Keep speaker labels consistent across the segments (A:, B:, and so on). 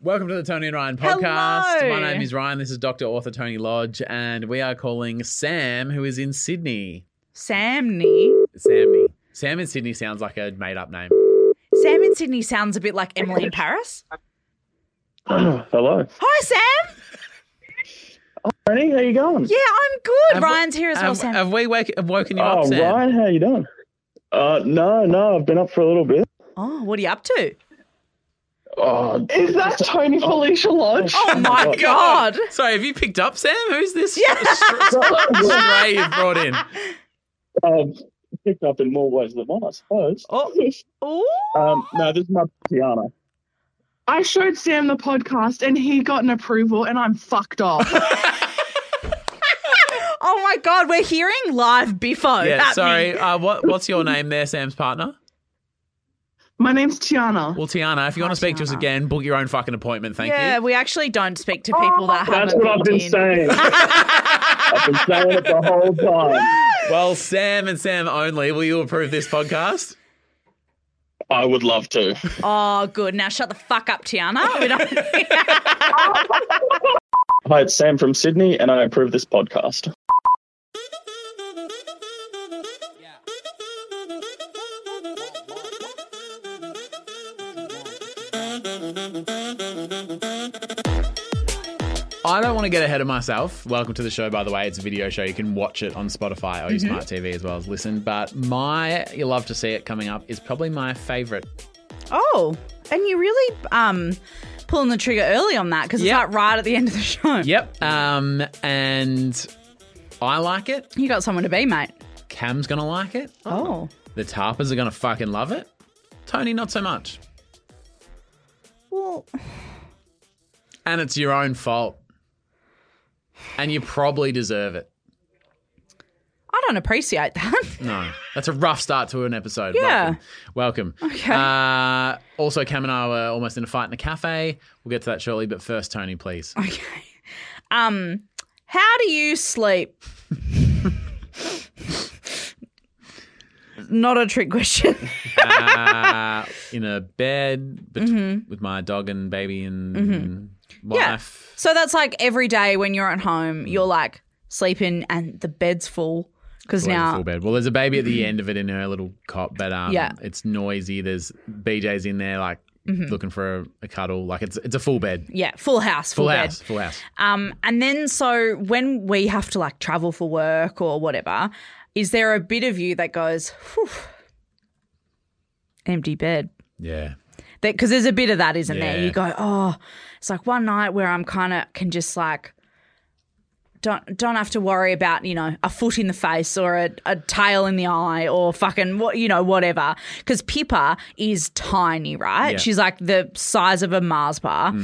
A: Welcome to the Tony and Ryan podcast.
B: Hello.
A: My name is Ryan. This is Dr. Author Tony Lodge, and we are calling Sam, who is in Sydney.
B: Samney.
A: Sammy. Sam in Sydney sounds like a made up name.
B: Sam in Sydney sounds a bit like Emily in Paris.
C: Hello.
B: Hi, Sam.
C: Ernie, how you going?
B: Yeah, I'm good.
A: Have we-
B: Ryan's here as well,
A: Have,
B: Sam.
A: have we wake, have woken you
C: oh,
A: up, Sam?
C: Ryan, how you doing? Uh, no, no, I've been up for a little bit.
B: oh, what are you up to?
C: Oh,
D: Is that Tony Felicia Lodge?
B: Oh, my
C: God.
B: God.
A: Sorry, have you picked up Sam? Who's this
B: Yeah.
A: stray you've brought in?
C: I've picked up in more ways than one, I suppose.
B: Oh. Ooh.
C: Um, no, this is my Tiana.
D: I showed Sam the podcast and he got an approval and I'm fucked off.
B: Oh, my God. We're hearing live Biffo.
A: Yeah,
B: happening.
A: sorry. Uh, what, what's your name there, Sam's partner?
D: my name's Tiana.
A: Well, Tiana, if you
B: Hi,
A: want to speak to us
B: Tiana.
A: again, book your own fucking appointment. Thank
B: yeah,
A: you.
B: we actually don't speak to people that haven't
C: Oh, That's what I've
B: booked
C: been
B: in.
C: saying. I've been saying it the whole time.
A: Well, Sam and Sam only, will you approve this podcast?
C: I would love to.
B: Oh, good. Now shut the fuck up, Tiana. We don't...
C: Hi, it's Sam from Sydney, and I approve this podcast.
A: I don't want to get ahead of myself. Welcome to the show, by the way. It's a video show. You can watch it on Spotify or your smart TV as well as listen. But my, you love to see it coming up, is probably my favorite.
B: oh, and you really um pulling the trigger early on that because
A: Yeah.
B: it's like right at the end of the show.
A: Yep. Um, and I like it.
B: You got someone to be, mate.
A: Cam's going to like it.
B: Oh.
A: The Tarpers are going to fucking love it. Tony, not so much.
B: Oh. Well,
A: And it's your own fault. And you probably deserve it.
B: I don't appreciate that.
A: No, that's a rough start to an episode.
B: Yeah.
A: Welcome. Welcome.
B: Okay.
A: Uh, also, Cam and I were almost in a fight in a cafe. We'll get to that shortly, but first, Tony, please.
B: Okay. Um, how do you sleep? Not a trick question.
A: Uh, in a bed bet-
B: Mm-hmm.
A: with my dog and baby and wife.
B: So that's like every day when you're at
A: Mm.
B: home, you're like sleeping and the bed's full because
A: Always a
B: now
A: full bed. Well, there's a baby at the end of it in her little cot, but um,
B: Yeah. Mm-hmm.
A: it's noisy. There's BJ's in there, like looking for a, a cuddle. Like it's it's a full bed,
B: yeah, full house, full,
A: full,
B: bed.
A: house, full house.
B: Um, and then so when we have to like travel for work or whatever, is there a bit of you that goes, Whew, empty bed?
A: Yeah.
B: because there's a bit of that, isn't there?
A: Yeah.
B: You go, oh, it's like one night where I'm kind of can just like don't don't have to worry about you know a foot in the face or a, a tail in the eye or fucking what you know whatever because Pippa is tiny, right?
A: Yeah. Hmm.
B: She's like the size of a Mars bar.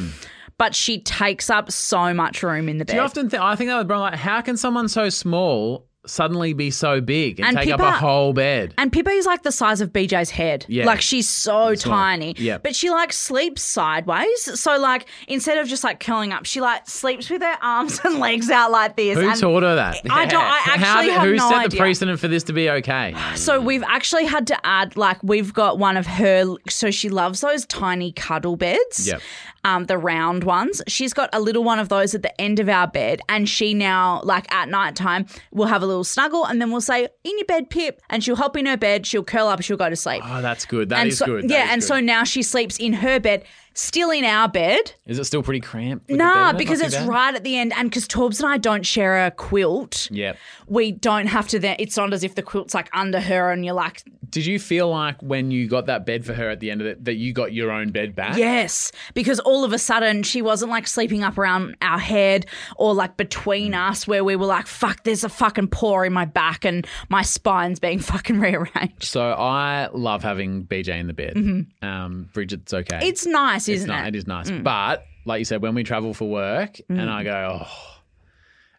B: But she takes up so much room in the bed.
A: Do you often think? I think that would be like, how can someone so small suddenly be so big and,
B: And
A: take up
B: people
A: a
B: are-
A: whole bed?
B: And Pippa is like the size of BJ's head.
A: Yeah.
B: Like she's
A: Small.
B: so tiny.
A: Yeah.
B: But she like sleeps sideways. So like instead of just like curling up, she like sleeps with her arms and legs out like this.
A: Who
B: and
A: taught her that?
B: I don't I actually
A: How did-
B: have
A: who
B: no
A: set the
B: idea.
A: precedent for this to be okay?
B: so we've actually had to add like we've got one of her so she loves those tiny cuddle beds.
A: Yep.
B: Um, the round ones. She's got a little one of those at the end of our bed, and she now, like at night time, will have a little snuggle, and then we'll say, "In your bed, Pip," and she'll hop in her bed, she'll curl up, she'll go to sleep.
A: Oh, that's good. That is
B: and so,
A: good. That
B: Yeah,
A: is
B: and
A: good.
B: so now she sleeps in her bed, still in our bed.
A: is it still pretty cramped? with the bed?
B: Nah,
A: Not
B: because
A: too
B: it's
A: bad?
B: right at the end, and because Torbs and I don't share a quilt,
A: Yep.
B: we don't have to. Then it's not as if the quilt's like under her, and you're like,
A: Did you feel like when you got that bed for her at the end of it that you got your own bed back?
B: yes, because all of a sudden she wasn't like sleeping up around our head or like between
A: Mm.
B: us, where we were like, fuck, there's a fucking paw in my back, and my spine's being fucking rearranged.
A: So I love having BJ in the bed. Um, Bridget's okay.
B: Mm-hmm. It's nice, isn't
A: It's ni-
B: it?
A: is nice. But like you said, when we travel for work, and I go, oh,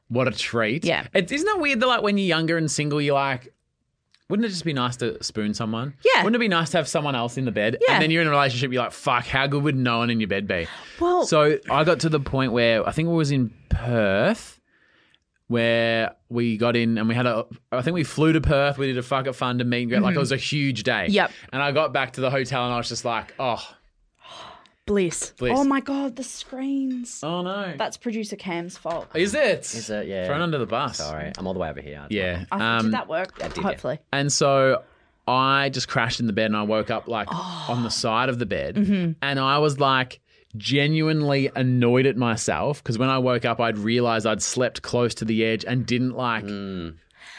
A: what a treat.
B: Mm. Yeah.
A: It, isn't that weird that like when you're younger and single, you're like, wouldn't it just be nice to spoon someone?
B: Yeah.
A: Wouldn't it be nice to have someone else in the bed?
B: Yeah.
A: And then you're in a relationship, you're like, fuck, how good would no one in your bed be?
B: Well,
A: So I got to the point where I think it was in Perth where we got in and we had a I think we flew to Perth, we did a fuck it fun to meet and greet. Like it was a huge day.
B: Mm-hmm. Yep.
A: And I got back to the hotel and I was just like, oh,
B: Bliss.
A: Bliss.
B: Oh my god, the screens.
A: Oh no.
B: That's producer Cam's fault.
A: Is it?
E: Is it? Yeah.
A: Thrown under the bus.
E: Sorry, I'm all the way over here.
A: Yeah.
B: I,
A: Um,
B: did that work?
E: yeah.
B: Hopefully.
A: And so I just crashed in the bed and I woke up like on the side of the bed.
B: Mm-hmm.
A: And I was like genuinely annoyed at myself because when I woke up, I'd realized I'd slept close to the edge and didn't like.
B: Mm.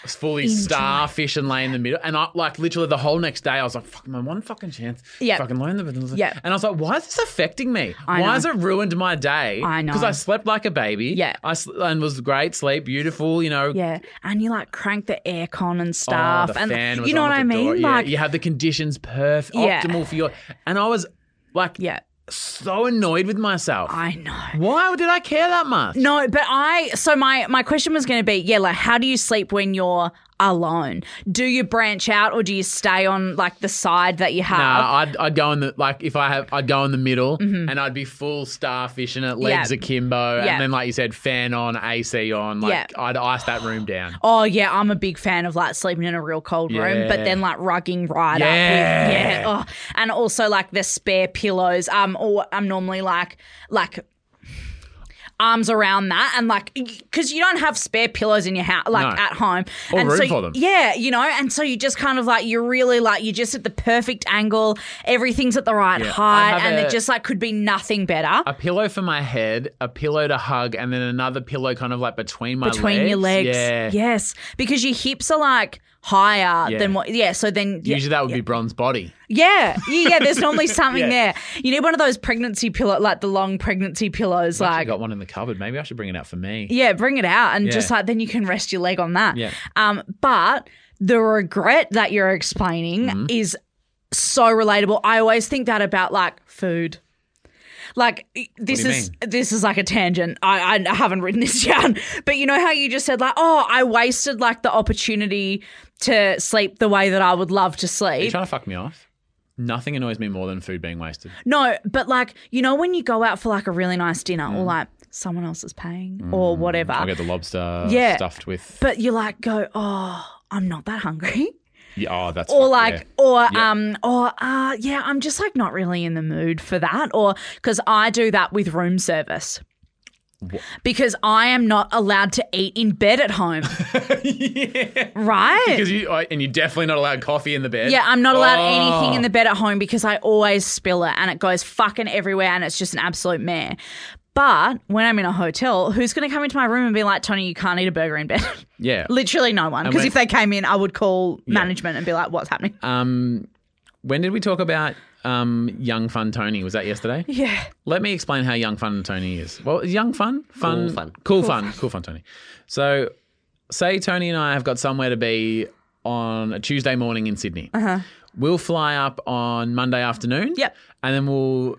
A: Fully starfish and lay in the middle, and I like literally the whole next day I was like, "Fuck my one fucking chance."
B: Yep.
A: fucking learn the.
B: Yep.
A: and I was like, "Why is this affecting me?
B: I
A: Why
B: know.
A: has it ruined my day?"
B: I know.
A: because I slept like a baby.
B: Yeah.
A: I sl- and was great sleep, beautiful. You know,
B: Yeah. And you like crank the aircon and
A: Oh,
B: stuff.
A: the
B: and
A: fan was
B: you know
A: on
B: what I
A: at the
B: mean?
A: door. Yeah,
B: Like
A: you have the conditions perfect,
B: Yeah.
A: optimal for your. And I was like,
B: yeah.
A: so annoyed with myself.
B: I know.
A: Why did I care that much?
B: No, but I so my my question was going to be, yeah, like how do you sleep when you're alone? Do you branch out or do you stay on like the side that you
A: Nah,
B: have?
A: I'd, I'd go in the like if I have I'd go in the middle and I'd be full starfish and it legs
B: Mm-hmm. Yeah.
A: akimbo
B: Yeah.
A: and then like you said fan on AC on like
B: Yeah.
A: I'd ice that room down.
B: Oh yeah, I'm a big fan of like sleeping in a real cold room, but
A: Yeah.
B: then like rugging right up.
A: Yeah.
B: With, yeah. Oh. And also like the spare pillows. Um, or I'm normally like like arms around that and like because you don't have spare pillows in your house like
A: No.
B: at home
A: Or
B: and
A: room
B: so
A: for them.
B: yeah you know and so you just kind of like you're really like you're just at the perfect angle everything's at the right
A: Yeah. I
B: height
A: have
B: and
A: a-
B: it just like could be nothing better
A: A pillow for my head, a pillow to hug, and then another pillow kind of like between my
B: between
A: legs.
B: your legs.
A: Yeah.
B: Yes, because your hips are like higher
A: Yeah.
B: than what. Yeah, so then yeah,
A: Usually that would be bronze body.
B: yeah, yeah, yeah, There's normally something
A: Yeah.
B: there. You need one of those pregnancy pillow, like the long pregnancy pillows,
A: I've actually
B: like.
A: got one in the cupboard. Maybe I should bring it out for me.
B: Yeah, bring it out and
A: Yeah.
B: just like then you can rest your leg on that.
A: Yeah.
B: Um, but the regret that you're explaining
A: Mm-hmm.
B: is so relatable. I always think that about like food. Like e- this
A: do you
B: is this is like a tangent. I, I haven't written this down, but you know how you just said like, oh, I wasted like the opportunity to sleep the way that I would love to
A: Are you
B: sleep.
A: trying to fuck me off? Nothing annoys me more than food being wasted.
B: No, but like you know when you go out for like a really nice dinner or like someone else is paying or whatever,
A: Mm. I get the lobster
B: Yeah.
A: stuffed with.
B: but you like go, oh, I'm not that hungry,
A: Yeah, oh, that's
B: or
A: fuck-
B: like,
A: yeah.
B: or
A: Yeah.
B: um, or uh, yeah, I'm just like not really in the mood for that, or because I do that with room service. Because I am not allowed to eat in bed at home, right?
A: because you I- and you're definitely not allowed coffee in the bed.
B: yeah, I'm not allowed
A: Oh.
B: anything in the bed at home because I always spill it and it goes fucking everywhere and it's just an absolute mare. But when I'm in a hotel, who's going to come into my room and be like, Tony, you can't eat a burger in bed?
A: Yeah,
B: Literally no one.
A: And
B: Because
A: when-
B: if they came in, I would call management and be like, what's happening?
A: Um, when did we talk about um young fun Tony? Was that yesterday?
B: yeah.
A: Let me explain how young fun Tony is. Well, young fun, fun,
E: Cool fun.
A: cool, fun, cool fun Tony. So, say Tony and I have got somewhere to be on a Tuesday morning in Sydney. Uh-huh. We'll fly up on Monday afternoon.
B: Yep.
A: and then we'll.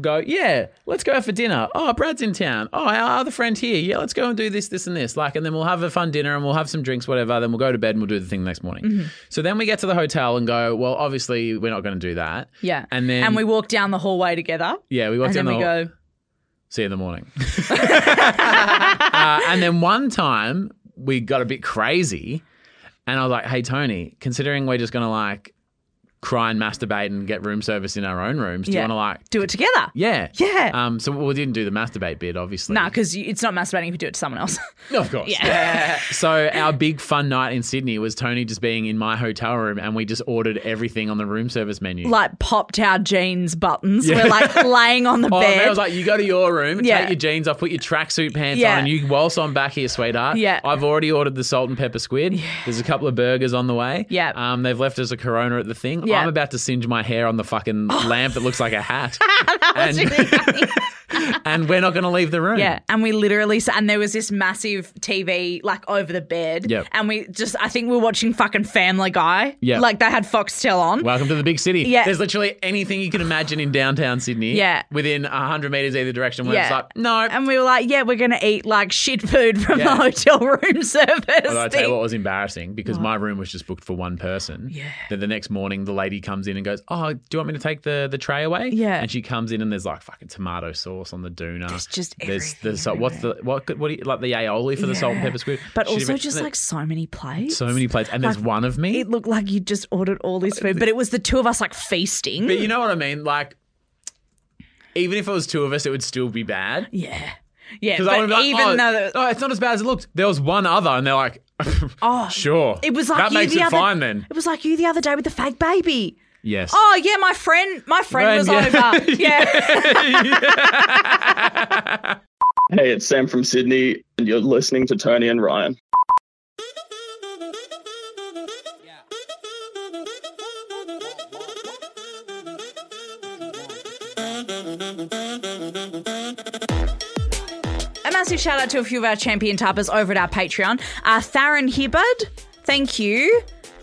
A: Go, yeah, let's go out for dinner. Oh, Brad's in town. Oh, our other friend here. Yeah, let's go and do this, this, and this. Like, and then we'll have a fun dinner and we'll have some drinks, whatever. Then we'll go to bed and we'll do the thing the next morning. So then we get to the hotel and go, well, obviously, we're not going to do that.
B: Yeah.
A: And then,
B: and we walk down the hallway together.
A: yeah, we walked
B: and
A: down
B: then
A: the
B: we
A: hall-
B: go,
A: see you in the morning. uh, and then one time we got a bit crazy, and I was like, "Hey Tony, considering we're just gonna like cry and masturbate and get room service in our own rooms, do
B: Yeah.
A: you want to like,
B: do it together.
A: yeah,
B: Yeah.
A: Um, so we didn't do the masturbate bit, obviously.
B: Nah, because it's not masturbating if you do it to someone else.
A: No, of course.
B: yeah.
A: So our big fun night in Sydney was Tony just being in my hotel room, and we just ordered everything on the room service menu.
B: like popped our jeans buttons. We're like laying on the
A: Oh,
B: bed.
A: man, I was like, you go to your room,
B: Yeah.
A: take your jeans off, put your tracksuit pants
B: Yeah.
A: on, and you whilst I'm back here, sweetheart.
B: Yeah.
A: I've already ordered the salt and pepper squid. There's a couple of burgers on the way.
B: Yeah.
A: Um, they've left us a corona at the thing.
B: Yeah. Oh.
A: I'm about to singe my hair on the fucking lamp that looks like a hat. and, and we're not going to leave the room.
B: Yeah, and we literally s- and there was this massive TV like over the bed.
A: Yep.
B: and we just I think we were watching fucking Family Guy.
A: Yep.
B: like they had Foxtel on.
A: Welcome to the big city.
B: Yeah.
A: There's literally anything you can imagine in downtown Sydney.
B: Yeah.
A: Within 100 metres either direction where it's
B: Yeah.
A: like, no.
B: and we were like, "Yeah, we're gonna eat like shit food from
A: Yeah.
B: the hotel room service."
A: Although I tell you
B: thing.
A: what was embarrassing because my room was just booked for one person. Yeah. Then the next morning, the lady comes in and goes, "Oh, do you want me to take the the tray away?"
B: Yeah.
A: And she comes in and there's like fucking tomato sauce on the doona.
B: There's just
A: there's
B: everything
A: there's so- what's the what could- what do you, like the aioli for the salt and
B: Yeah.
A: pepper squid,
B: but
A: Should've
B: also
A: been-
B: just like so many plates,
A: so many plates, and there's
B: like,
A: one of me.
B: It looked like you just ordered all this food, but it was the two of us like feasting.
A: But you know what I mean, like. even if it was two of us, it would still be bad.
B: Yeah. Yeah,
A: Because I
B: but
A: would be like,
B: even
A: oh,
B: though
A: oh, it's not as bad as it looked. There was one other, and they're like,
B: oh,
A: sure.
B: it was like
A: that
B: you
A: makes
B: the
A: it
B: other,
A: fine then.
B: It was like you the other day with the fake baby.
A: Yes.
B: Oh yeah, my friend, my friend
A: Friend,
B: was
A: yeah.
B: over. Yeah,
C: Hey, it's Sam from Sydney, and you're listening to Tony and Ryan.
B: a massive shout out to a few of our champion tappers over at our Patreon. Uh, Theron Hibbard, thank you.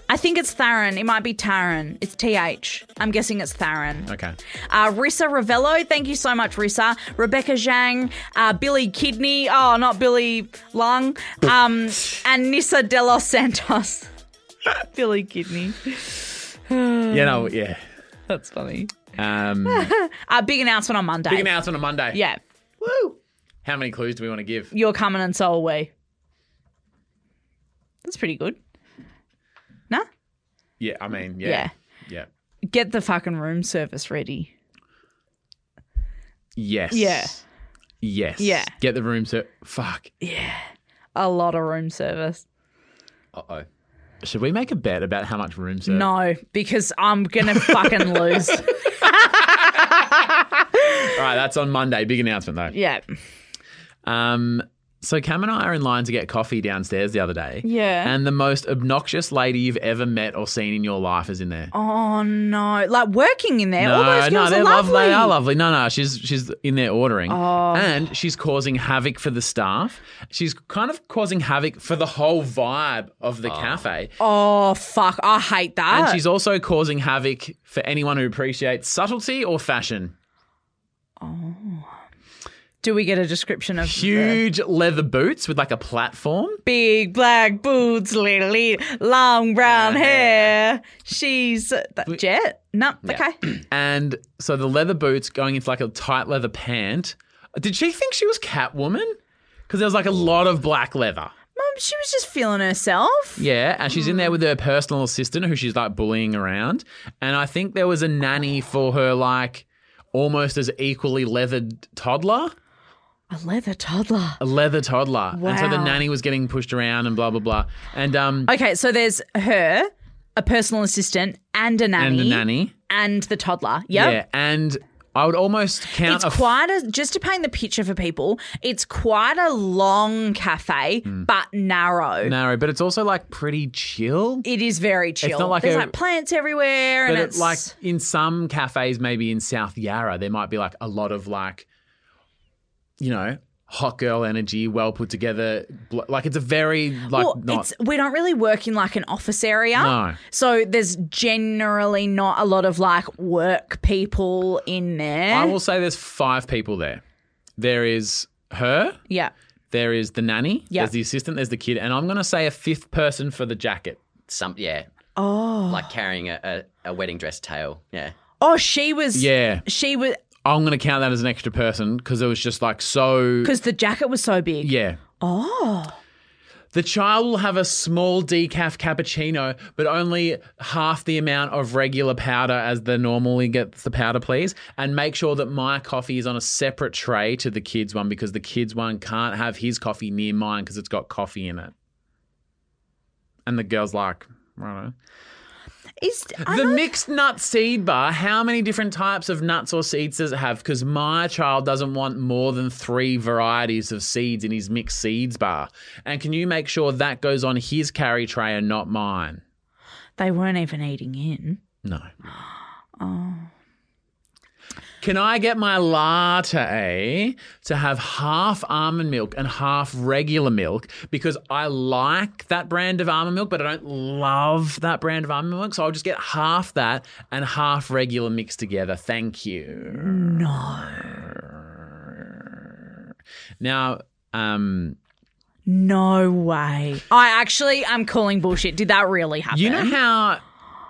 B: I think it's Theron. It might be Taron. It's T H. I'm guessing it's Theron.
A: Okay.
B: Uh, Rissa Ravello, thank you so much, Rissa. Rebecca Zhang, uh, Billy Kidney, oh, not Billy Lung, um, and Nissa De Los Santos. Billy Kidney,
A: You
B: Mm.
A: know, yeah.
B: that's funny.
A: Um,
B: Uh, big announcement on Monday.
A: big announcement on Monday.
B: yeah,
A: Woo. How many clues do we want to give?
B: you're coming and so are we. That's pretty good. Nah?
A: Yeah, I mean, yeah.
B: Yeah.
A: Yeah.
B: Get the fucking room service ready.
A: Yes.
B: Yeah.
A: Yes.
B: Yeah.
A: Get the room so fuck.
B: A lot of room service.
A: Uh oh. Should we make a bet about how much room service?
B: No, because I'm gonna fucking lose.
A: All right, that's on Monday. Big announcement though.
B: Yeah.
A: Um, so Cam and I are in line to get coffee downstairs the other day.
B: Yeah.
A: And the most obnoxious lady you've ever met or seen in your life is in there.
B: Oh no! Like working in there, all those
A: no,
B: girls
A: they're
B: are lovely. Oh.
A: They are lovely. No, no, she's she's in there ordering, and she's causing havoc for the staff. She's kind of causing havoc for the whole vibe of the cafe,
B: Oh fuck! I hate that.
A: and she's also causing havoc for anyone who appreciates subtlety or fashion.
B: Do we get a description of the
A: Huge leather boots with like a platform.
B: big black boots, little, little long brown hair? She's that jet. No, okay.
A: And so the leather boots going into like a tight leather pant. Did she think she was Catwoman? Because there was like a lot of black leather.
B: Mum, Um, she was just feeling herself.
A: Yeah, and she's in
B: Hmm.
A: there with her personal assistant who she's like bullying around. And I think there was a nanny for her, like almost as equally leathered toddler,
B: A leather toddler.
A: a leather toddler. And so the
B: Wow. Oh,
A: nanny was getting pushed around and blah, blah, blah. And, um,
B: Okay, so there's her, a personal assistant, and a nanny,
A: and the nanny.
B: and the toddler. Yep.
A: Yeah. And I would almost count
B: It's
A: a f-
B: quite a just to paint the picture for people. It's quite a long cafe,
A: Hmm.
B: but narrow.
A: narrow, but it's also like pretty chill.
B: It is very chill.
A: not like
B: There's
A: a-
B: like plants everywhere,
A: But
B: and
A: it's
B: it's
A: like in some cafes, maybe in South Yarra, there might be like a lot of like, you know, hot girl energy, well put together. bl- Like it's a very like
B: well,
A: not.
B: it's we don't really work in like an office area,
A: No.
B: so there's generally not a lot of like work people in there.
A: I will say there's five people there. There is her.
B: yeah,
A: There is the nanny.
B: Yeah.
A: There's the assistant. There's the kid. And I'm gonna say a fifth person for the jacket.
E: Some yeah. Oh. Like carrying a, a, a wedding dress tail. Yeah.
B: oh, she was
A: Yeah,
B: she was
A: I'm gonna count that as an extra person because it was just like so.
B: because the jacket was so big.
A: Yeah. Oh. The child will have a small decaf cappuccino, but only half the amount of regular powder as the normally gets the powder, please. And make sure that my coffee is on a separate tray to the kids' one because the kids' one can't have his coffee near mine because it's got coffee in it. And the girl's like, right.
B: Is I
A: The
B: know-
A: mixed nut seed bar, how many different types of nuts or seeds does it have? Because my child doesn't want more than three varieties of seeds in his mixed seeds bar. And can you make sure that goes on his carry tray and not mine?
B: they weren't even eating in?
A: No. Oh. Can I get my latte to have half almond milk and half regular milk? Because I like that brand of almond milk, but I don't love that brand of almond milk. So I'll just get half that and half regular mixed together. Thank you.
B: No,
A: Now, um,
B: no way. I actually I'm calling bullshit. Did that really happen?
A: You know how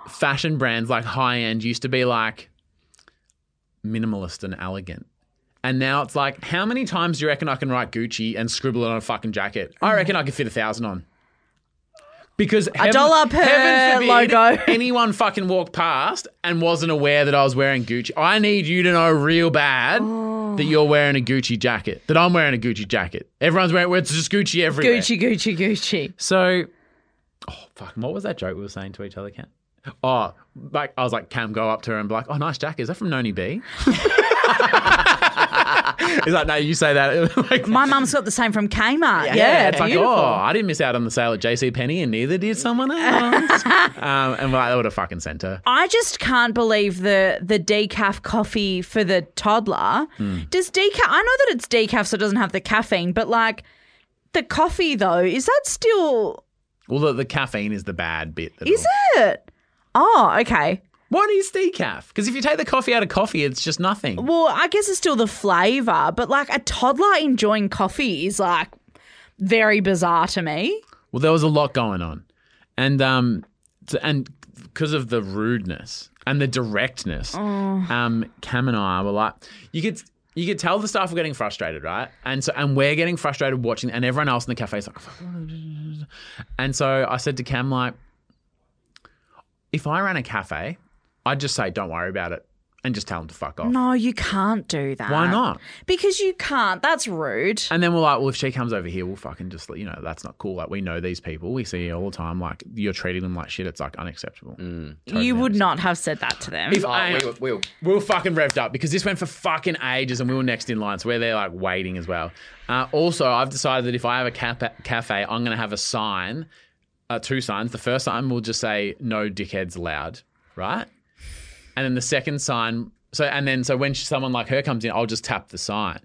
A: fashion brands like high end used to be like minimalist and elegant? And now it's like, how many times do
B: Mm.
A: you reckon I can write Gucci and scribble it on a fucking jacket? I reckon I could fit a thousand on. because heaven,
B: dollar per
A: heaven forbid
B: logo.
A: anyone fucking walked past and wasn't aware that I was wearing Gucci. I need you to know real bad
B: Oh.
A: that you're wearing a Gucci jacket, that I'm wearing a Gucci jacket. Everyone's wearing it's just Gucci everywhere.
B: Gucci, Gucci, Gucci.
A: So, oh fuck, what was that joke we were saying to each other, Cam? Oh, like I was like, Cam, go up to her and be like, "Oh, nice jacket. Is that from Noni B?" He's like, "No, you say that." like,
B: My mum's got the same from Kmart. Yeah,
A: it's like,
B: beautiful.
A: oh, I didn't miss out on the sale at JC Penney, and neither did someone else. um, and like, that would have fucking sent her.
B: I just can't believe the the decaf coffee for the toddler.
A: Hmm.
B: Does decaf? I know that it's decaf, so it doesn't have the caffeine. But like the coffee, though, is that still?
A: Well, the, the caffeine is the bad bit. that
B: Is
A: it'll-
B: it? Oh, okay.
A: What is decaf? Because if you take the coffee out of coffee, it's just nothing.
B: Well, I guess it's still the flavor, but like a toddler enjoying coffee is like very bizarre to me.
A: Well, there was a lot going on, and um, t- and because of the rudeness and the directness,
B: Oh.
A: um, Cam and I were like, you could. You could tell the staff were getting frustrated, right? And so, and we're getting frustrated watching, and everyone else in the cafe is like, and so I said to Cam, like, if I ran a cafe, I'd just say, don't worry about it, and just tell them to fuck off.
B: No, you can't do that.
A: Why not?
B: Because you can't. That's rude.
A: And then we're like, well, if she comes over here, we'll fucking just, you know, that's not cool. Like, we know these people. We see you all the time. Like, you're treating them like shit. It's like unacceptable. Totally
B: you would not have said that to them.
A: If
E: Oh,
A: I,
E: we were, we were,
A: we were fucking revved up because this went for fucking ages and we were next in line. So we're there, like, waiting as well. Uh, also, I've decided that if I have a cap- cafe, I'm going to have a sign, uh, two signs. The first sign will just say, no dickheads allowed, right? And then the second sign, so, and then, so when someone like her comes in, I'll just tap the sign.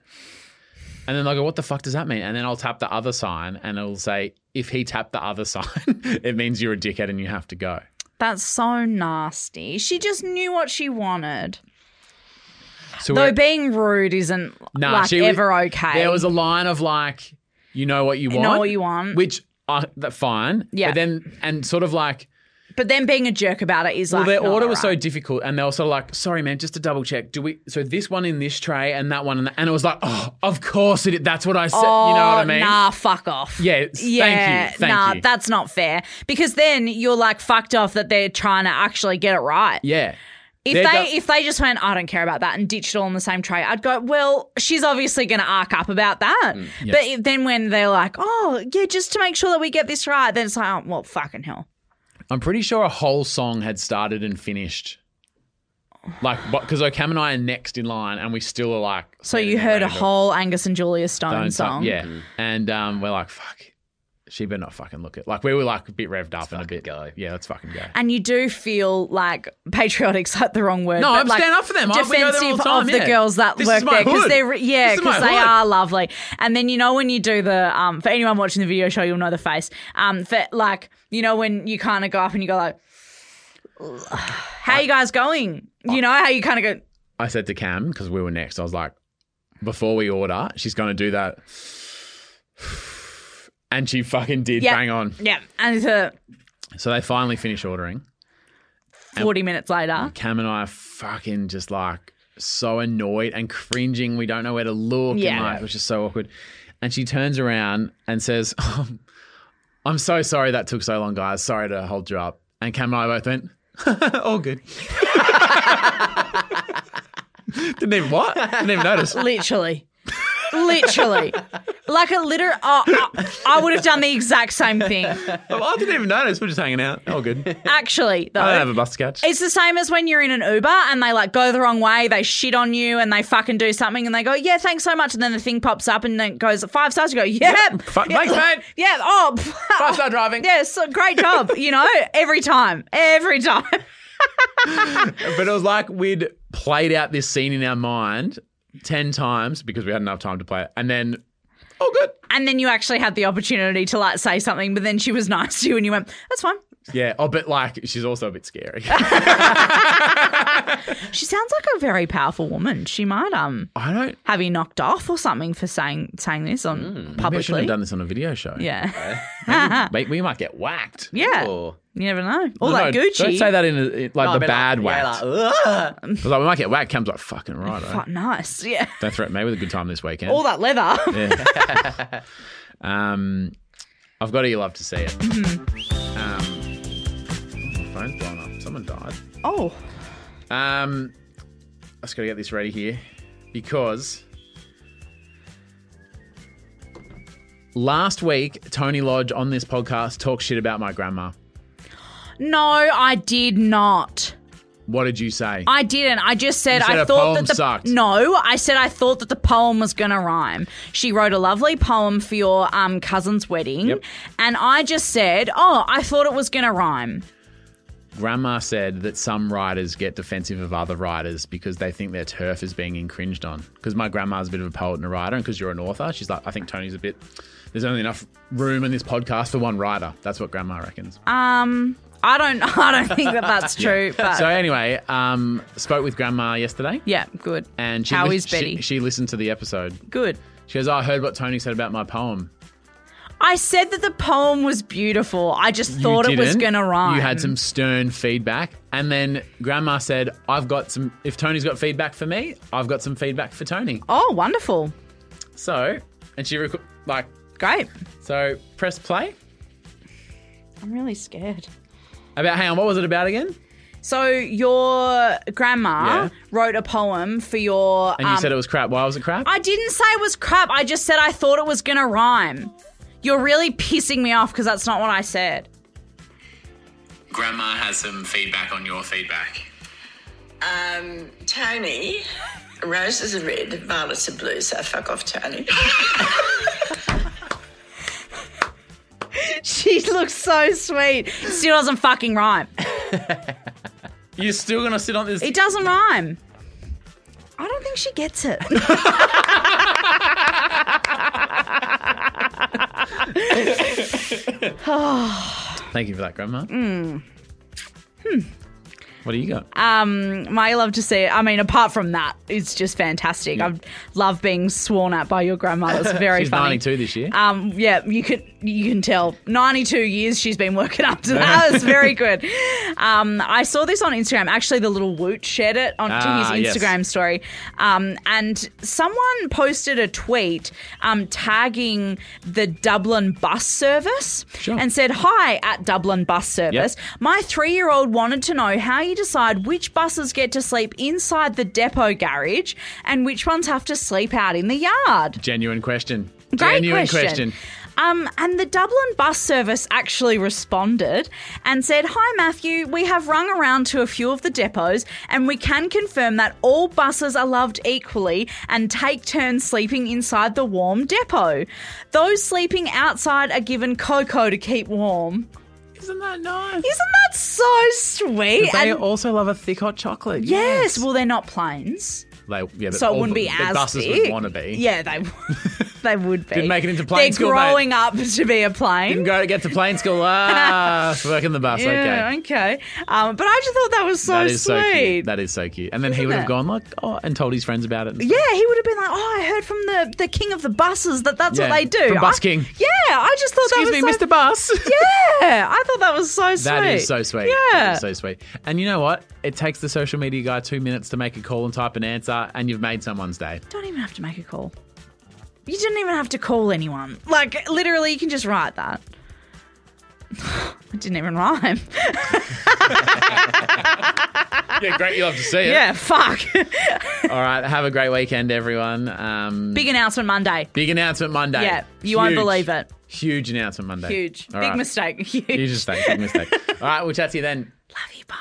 A: And then I go, what the fuck does that mean? And then I'll tap the other sign and it'll say, if he tapped the other sign, it means you're a dickhead and you have to go.
B: That's so nasty. She just knew what she wanted.
A: So
B: Though
A: we're-
B: being rude isn't
A: Nah,
B: like
A: she was-
B: ever okay.
A: There was a line of like, you know what you
B: You
A: want.
B: know what you want.
A: Which, uh, that, fine.
B: Yeah.
A: But then, and sort of like,
B: but then being a jerk about it is
A: well,
B: like
A: their
B: not
A: order was so
B: alright.
A: difficult. And they were sort of like, sorry, man, just to double check, do we, so this one in this tray and that one, in that, and it was like, oh, of course it, that's what I said. you know what I
B: Oh,
A: mean?
B: Nah, fuck off.
A: Yeah, s- thank you,
B: Yeah,
A: thank
B: nah,
A: you.
B: that's not fair. Because then you're like fucked off that they're trying to actually get it right.
A: Yeah.
B: If
A: They're
B: they
A: the-
B: if they just went, I don't care about that, and ditched it all in the same tray, I'd go, well, she's obviously going to arc up about that. But if, then when they're like, oh yeah, just to make sure that we get this right, then it's like, oh well, fucking hell.
A: I'm pretty sure a whole song had started and finished. Like, because Ocam and I are next in line, and we still are like.
B: So
A: standing
B: you
A: there
B: heard a
A: ready to-
B: whole Angus and Julia Stone
A: Don't suck-
B: song.
A: Yeah.
E: Mm-hmm.
A: And um, we're like, fuck, she better not fucking look it. Like, we were like a bit revved up and a
E: fucking
A: bit.
E: go.
A: Yeah, let's fucking go.
B: And you do feel like patriotic's like the wrong word.
A: No,
B: but
A: I'm
B: like
A: standing up for them. I- we go there all the
B: Defensive
A: time,
B: of
A: yeah.
B: the girls that
A: This is
B: work
A: my
B: there because
A: hood.
B: they're yeah
A: This is my
B: because they
A: hood.
B: are lovely. And then you know when you do the um for anyone watching the video show, you'll know the face. Um, for like you know when you kind of go up and you go like, "How you guys going?" You know how you kind of go.
A: I said to Cam, because we were next, I was like, before we order, she's going to do that. And she fucking did
B: Yeah.
A: bang on.
B: Yeah, and it's uh,
A: So they finally finish ordering.
B: forty minutes later.
A: Cam and I are fucking just like so annoyed and cringing. We don't know where to look.
B: Yeah.
A: And like, it was just so awkward. And she turns around and says, um, I'm so sorry that took so long, guys. Sorry to hold you up. And Cam and I both went, all good. Didn't even what? Didn't even notice.
B: Literally. Literally. Like a literal. Oh, I, I would have done the exact same thing.
A: I didn't even notice. We're just hanging out. All good.
B: Actually, though.
A: I don't have a bus catch.
B: it's the same as when you're in an Uber and they like go the wrong way, they shit on you and they fucking do something and they go, yeah, thanks so much. And then the thing pops up and then it goes five stars. You go, yep.
A: Fuck, thanks, mate.
B: Yeah. Oh, five
A: star driving.
B: Yeah, so great job. You know, every time. Every time.
A: But it was like we'd played out this scene in our mind 10 times because we had enough time to play it. And then, all good.
B: And then you actually had the opportunity to like say something, but then she was nice to you and you went, that's fine.
A: Yeah. Oh, but like she's also a bit scary.
B: She sounds like a very powerful woman. She might um
A: I don't.
B: have you knocked off or something for saying saying this on
A: Hmm, Maybe I shouldn't
B: publicly.
A: have done this on a video show.
B: yeah.
A: Mate, we might get whacked.
B: yeah.
E: or-
B: You never know. All
A: No,
B: that
A: no,
B: Gucci.
A: Don't say that in, a, in, like
E: I'd
A: the
E: be
A: bad
E: Oh, like,
A: whacked.
E: yeah, like, "Ugh."
A: I was like, we might get whacked. Cam's like, fucking right.
B: Fuck, nice. Yeah.
A: Don't threaten me with a good time this weekend.
B: All that leather.
A: um, I've got to you love to see it. Um,
B: Mm-hmm.
A: my phone's blown up. Someone died.
B: Oh,
A: Um, I just gotta get this ready here because last week Tony Lodge on this podcast talked shit about my grandma.
B: no, I did not.
A: What did you say?
B: I didn't. I just said,
A: You said
B: I
A: her
B: thought
A: poem
B: that the
A: sucked.
B: no. I said I thought that the poem was gonna rhyme. She wrote a lovely poem for your um, cousin's wedding,
A: Yep.
B: and I just said, oh, I thought it was gonna rhyme.
A: grandma said that some writers get defensive of other writers because they think their turf is being infringed on. Because my grandma's a bit of a poet and a writer, and because you're an author, she's like, I think Tony's a bit. There's only enough room in this podcast for one writer. That's what grandma reckons.
B: Um, I don't. I don't think that that's true. But
A: so anyway, um, spoke with grandma yesterday.
B: yeah, good.
A: And she
B: How
A: lis-
B: is Betty?
A: She, she listened to the episode.
B: good.
A: She goes, "Oh, I heard what Tony said about my poem.
B: I said that the poem was beautiful. I just thought
A: you
B: it was
A: didn't.
B: gonna rhyme.
A: You had some stern feedback. And then Grandma said, I've got some, if Tony's got feedback for me, I've got some feedback for Tony.
B: Oh, wonderful!
A: So, and she, rec- like,
B: Great.
A: so press play.
B: I'm really scared.
A: About, hang on, what was it about again?
B: So your grandma
A: Yeah.
B: wrote a poem for your.
A: And you
B: um,
A: said it was crap. Why was it crap?
B: I didn't say it was crap. I just said I thought it was gonna rhyme. You're really pissing me off because that's not what I said.
A: Grandma has some feedback on your feedback.
F: Um, Tony, roses are red, violets are blue, so fuck off, Tony.
B: She looks so sweet. Still doesn't fucking rhyme.
A: You're still going to sit on this.
B: It doesn't rhyme. I don't think she gets it.
A: Thank you for that, Grandma.
B: Hmm.
A: What do you got?
B: Um, my love to see it. I mean, apart from that, it's just fantastic. I love being sworn at by your grandma. That's very
A: She's
B: funny.
A: 92 this year.
B: Um, yeah, you can you can tell. Ninety two years she's been working up to that. It's very good. Um, I saw this on Instagram. Actually, the little Woot shared it onto
A: Ah,
B: his
A: yes.
B: Instagram story. Um, and someone posted a tweet um, tagging the Dublin bus service
A: Sure.
B: and said, "Hi at Dublin bus service. My three year old wanted to know how you decide which buses get to sleep inside the depot garage and which ones have to sleep out in the yard."
A: Genuine question.
B: Great
A: Genuine
B: question.
A: question.
B: Um, and the Dublin bus service actually responded and said, Hi, Matthew. We have rung around to a few of the depots and we can confirm that all buses are loved equally and take turns sleeping inside the warm depot. Those sleeping outside are given cocoa to keep warm.
A: Isn't that nice?
B: Isn't that so sweet?
A: They
B: And-
A: also love a thick hot chocolate.
B: yes, well, they're not planes.
A: They, yeah, but
B: So
A: all
B: it wouldn't
A: the-
B: be
A: the
B: as
A: buses
B: big.
A: would want to be.
B: Yeah, they they would be.
A: Didn't make it into plane
B: They're
A: school, mate.
B: growing up to be a plane.
A: Didn't go to get to plane school. Ah, work in the bus.
B: Yeah,
A: okay.
B: okay. Um, but I just thought that was so
A: that is
B: sweet.
A: so cute. That is so cute. And then he would have
B: it?
A: gone like, oh, and told his friends about it. and-
B: yeah, he would have been like, "Oh, I heard from the, the king of the buses that that's
A: Yeah,
B: what they do."
A: from Bus
B: I-
A: King.
B: yeah, I just thought
A: Excuse
B: that
A: me,
B: was so,
A: Mr. Bus.
B: Yeah, I thought that was so sweet.
A: That is so sweet. That
B: Yeah,
A: is so sweet. And you know what? It takes the social media guy two minutes to make a call and type an answer, and you've made someone's day.
B: don't even have to make a call. You didn't even have to call anyone. Like literally, you can just write that. it didn't even rhyme.
A: Yeah, great. You love to see it.
B: Yeah, fuck.
A: All right. Have a great weekend, everyone. Um,
B: Big announcement Monday.
A: big announcement Monday.
B: Yeah, you won't
A: Huge,
B: believe it.
A: Huge announcement Monday.
B: Huge,
A: All
B: big
A: right.
B: mistake. Huge.
A: Huge mistake. Big mistake. All right. We'll chat to you then.
B: Love you. Bye.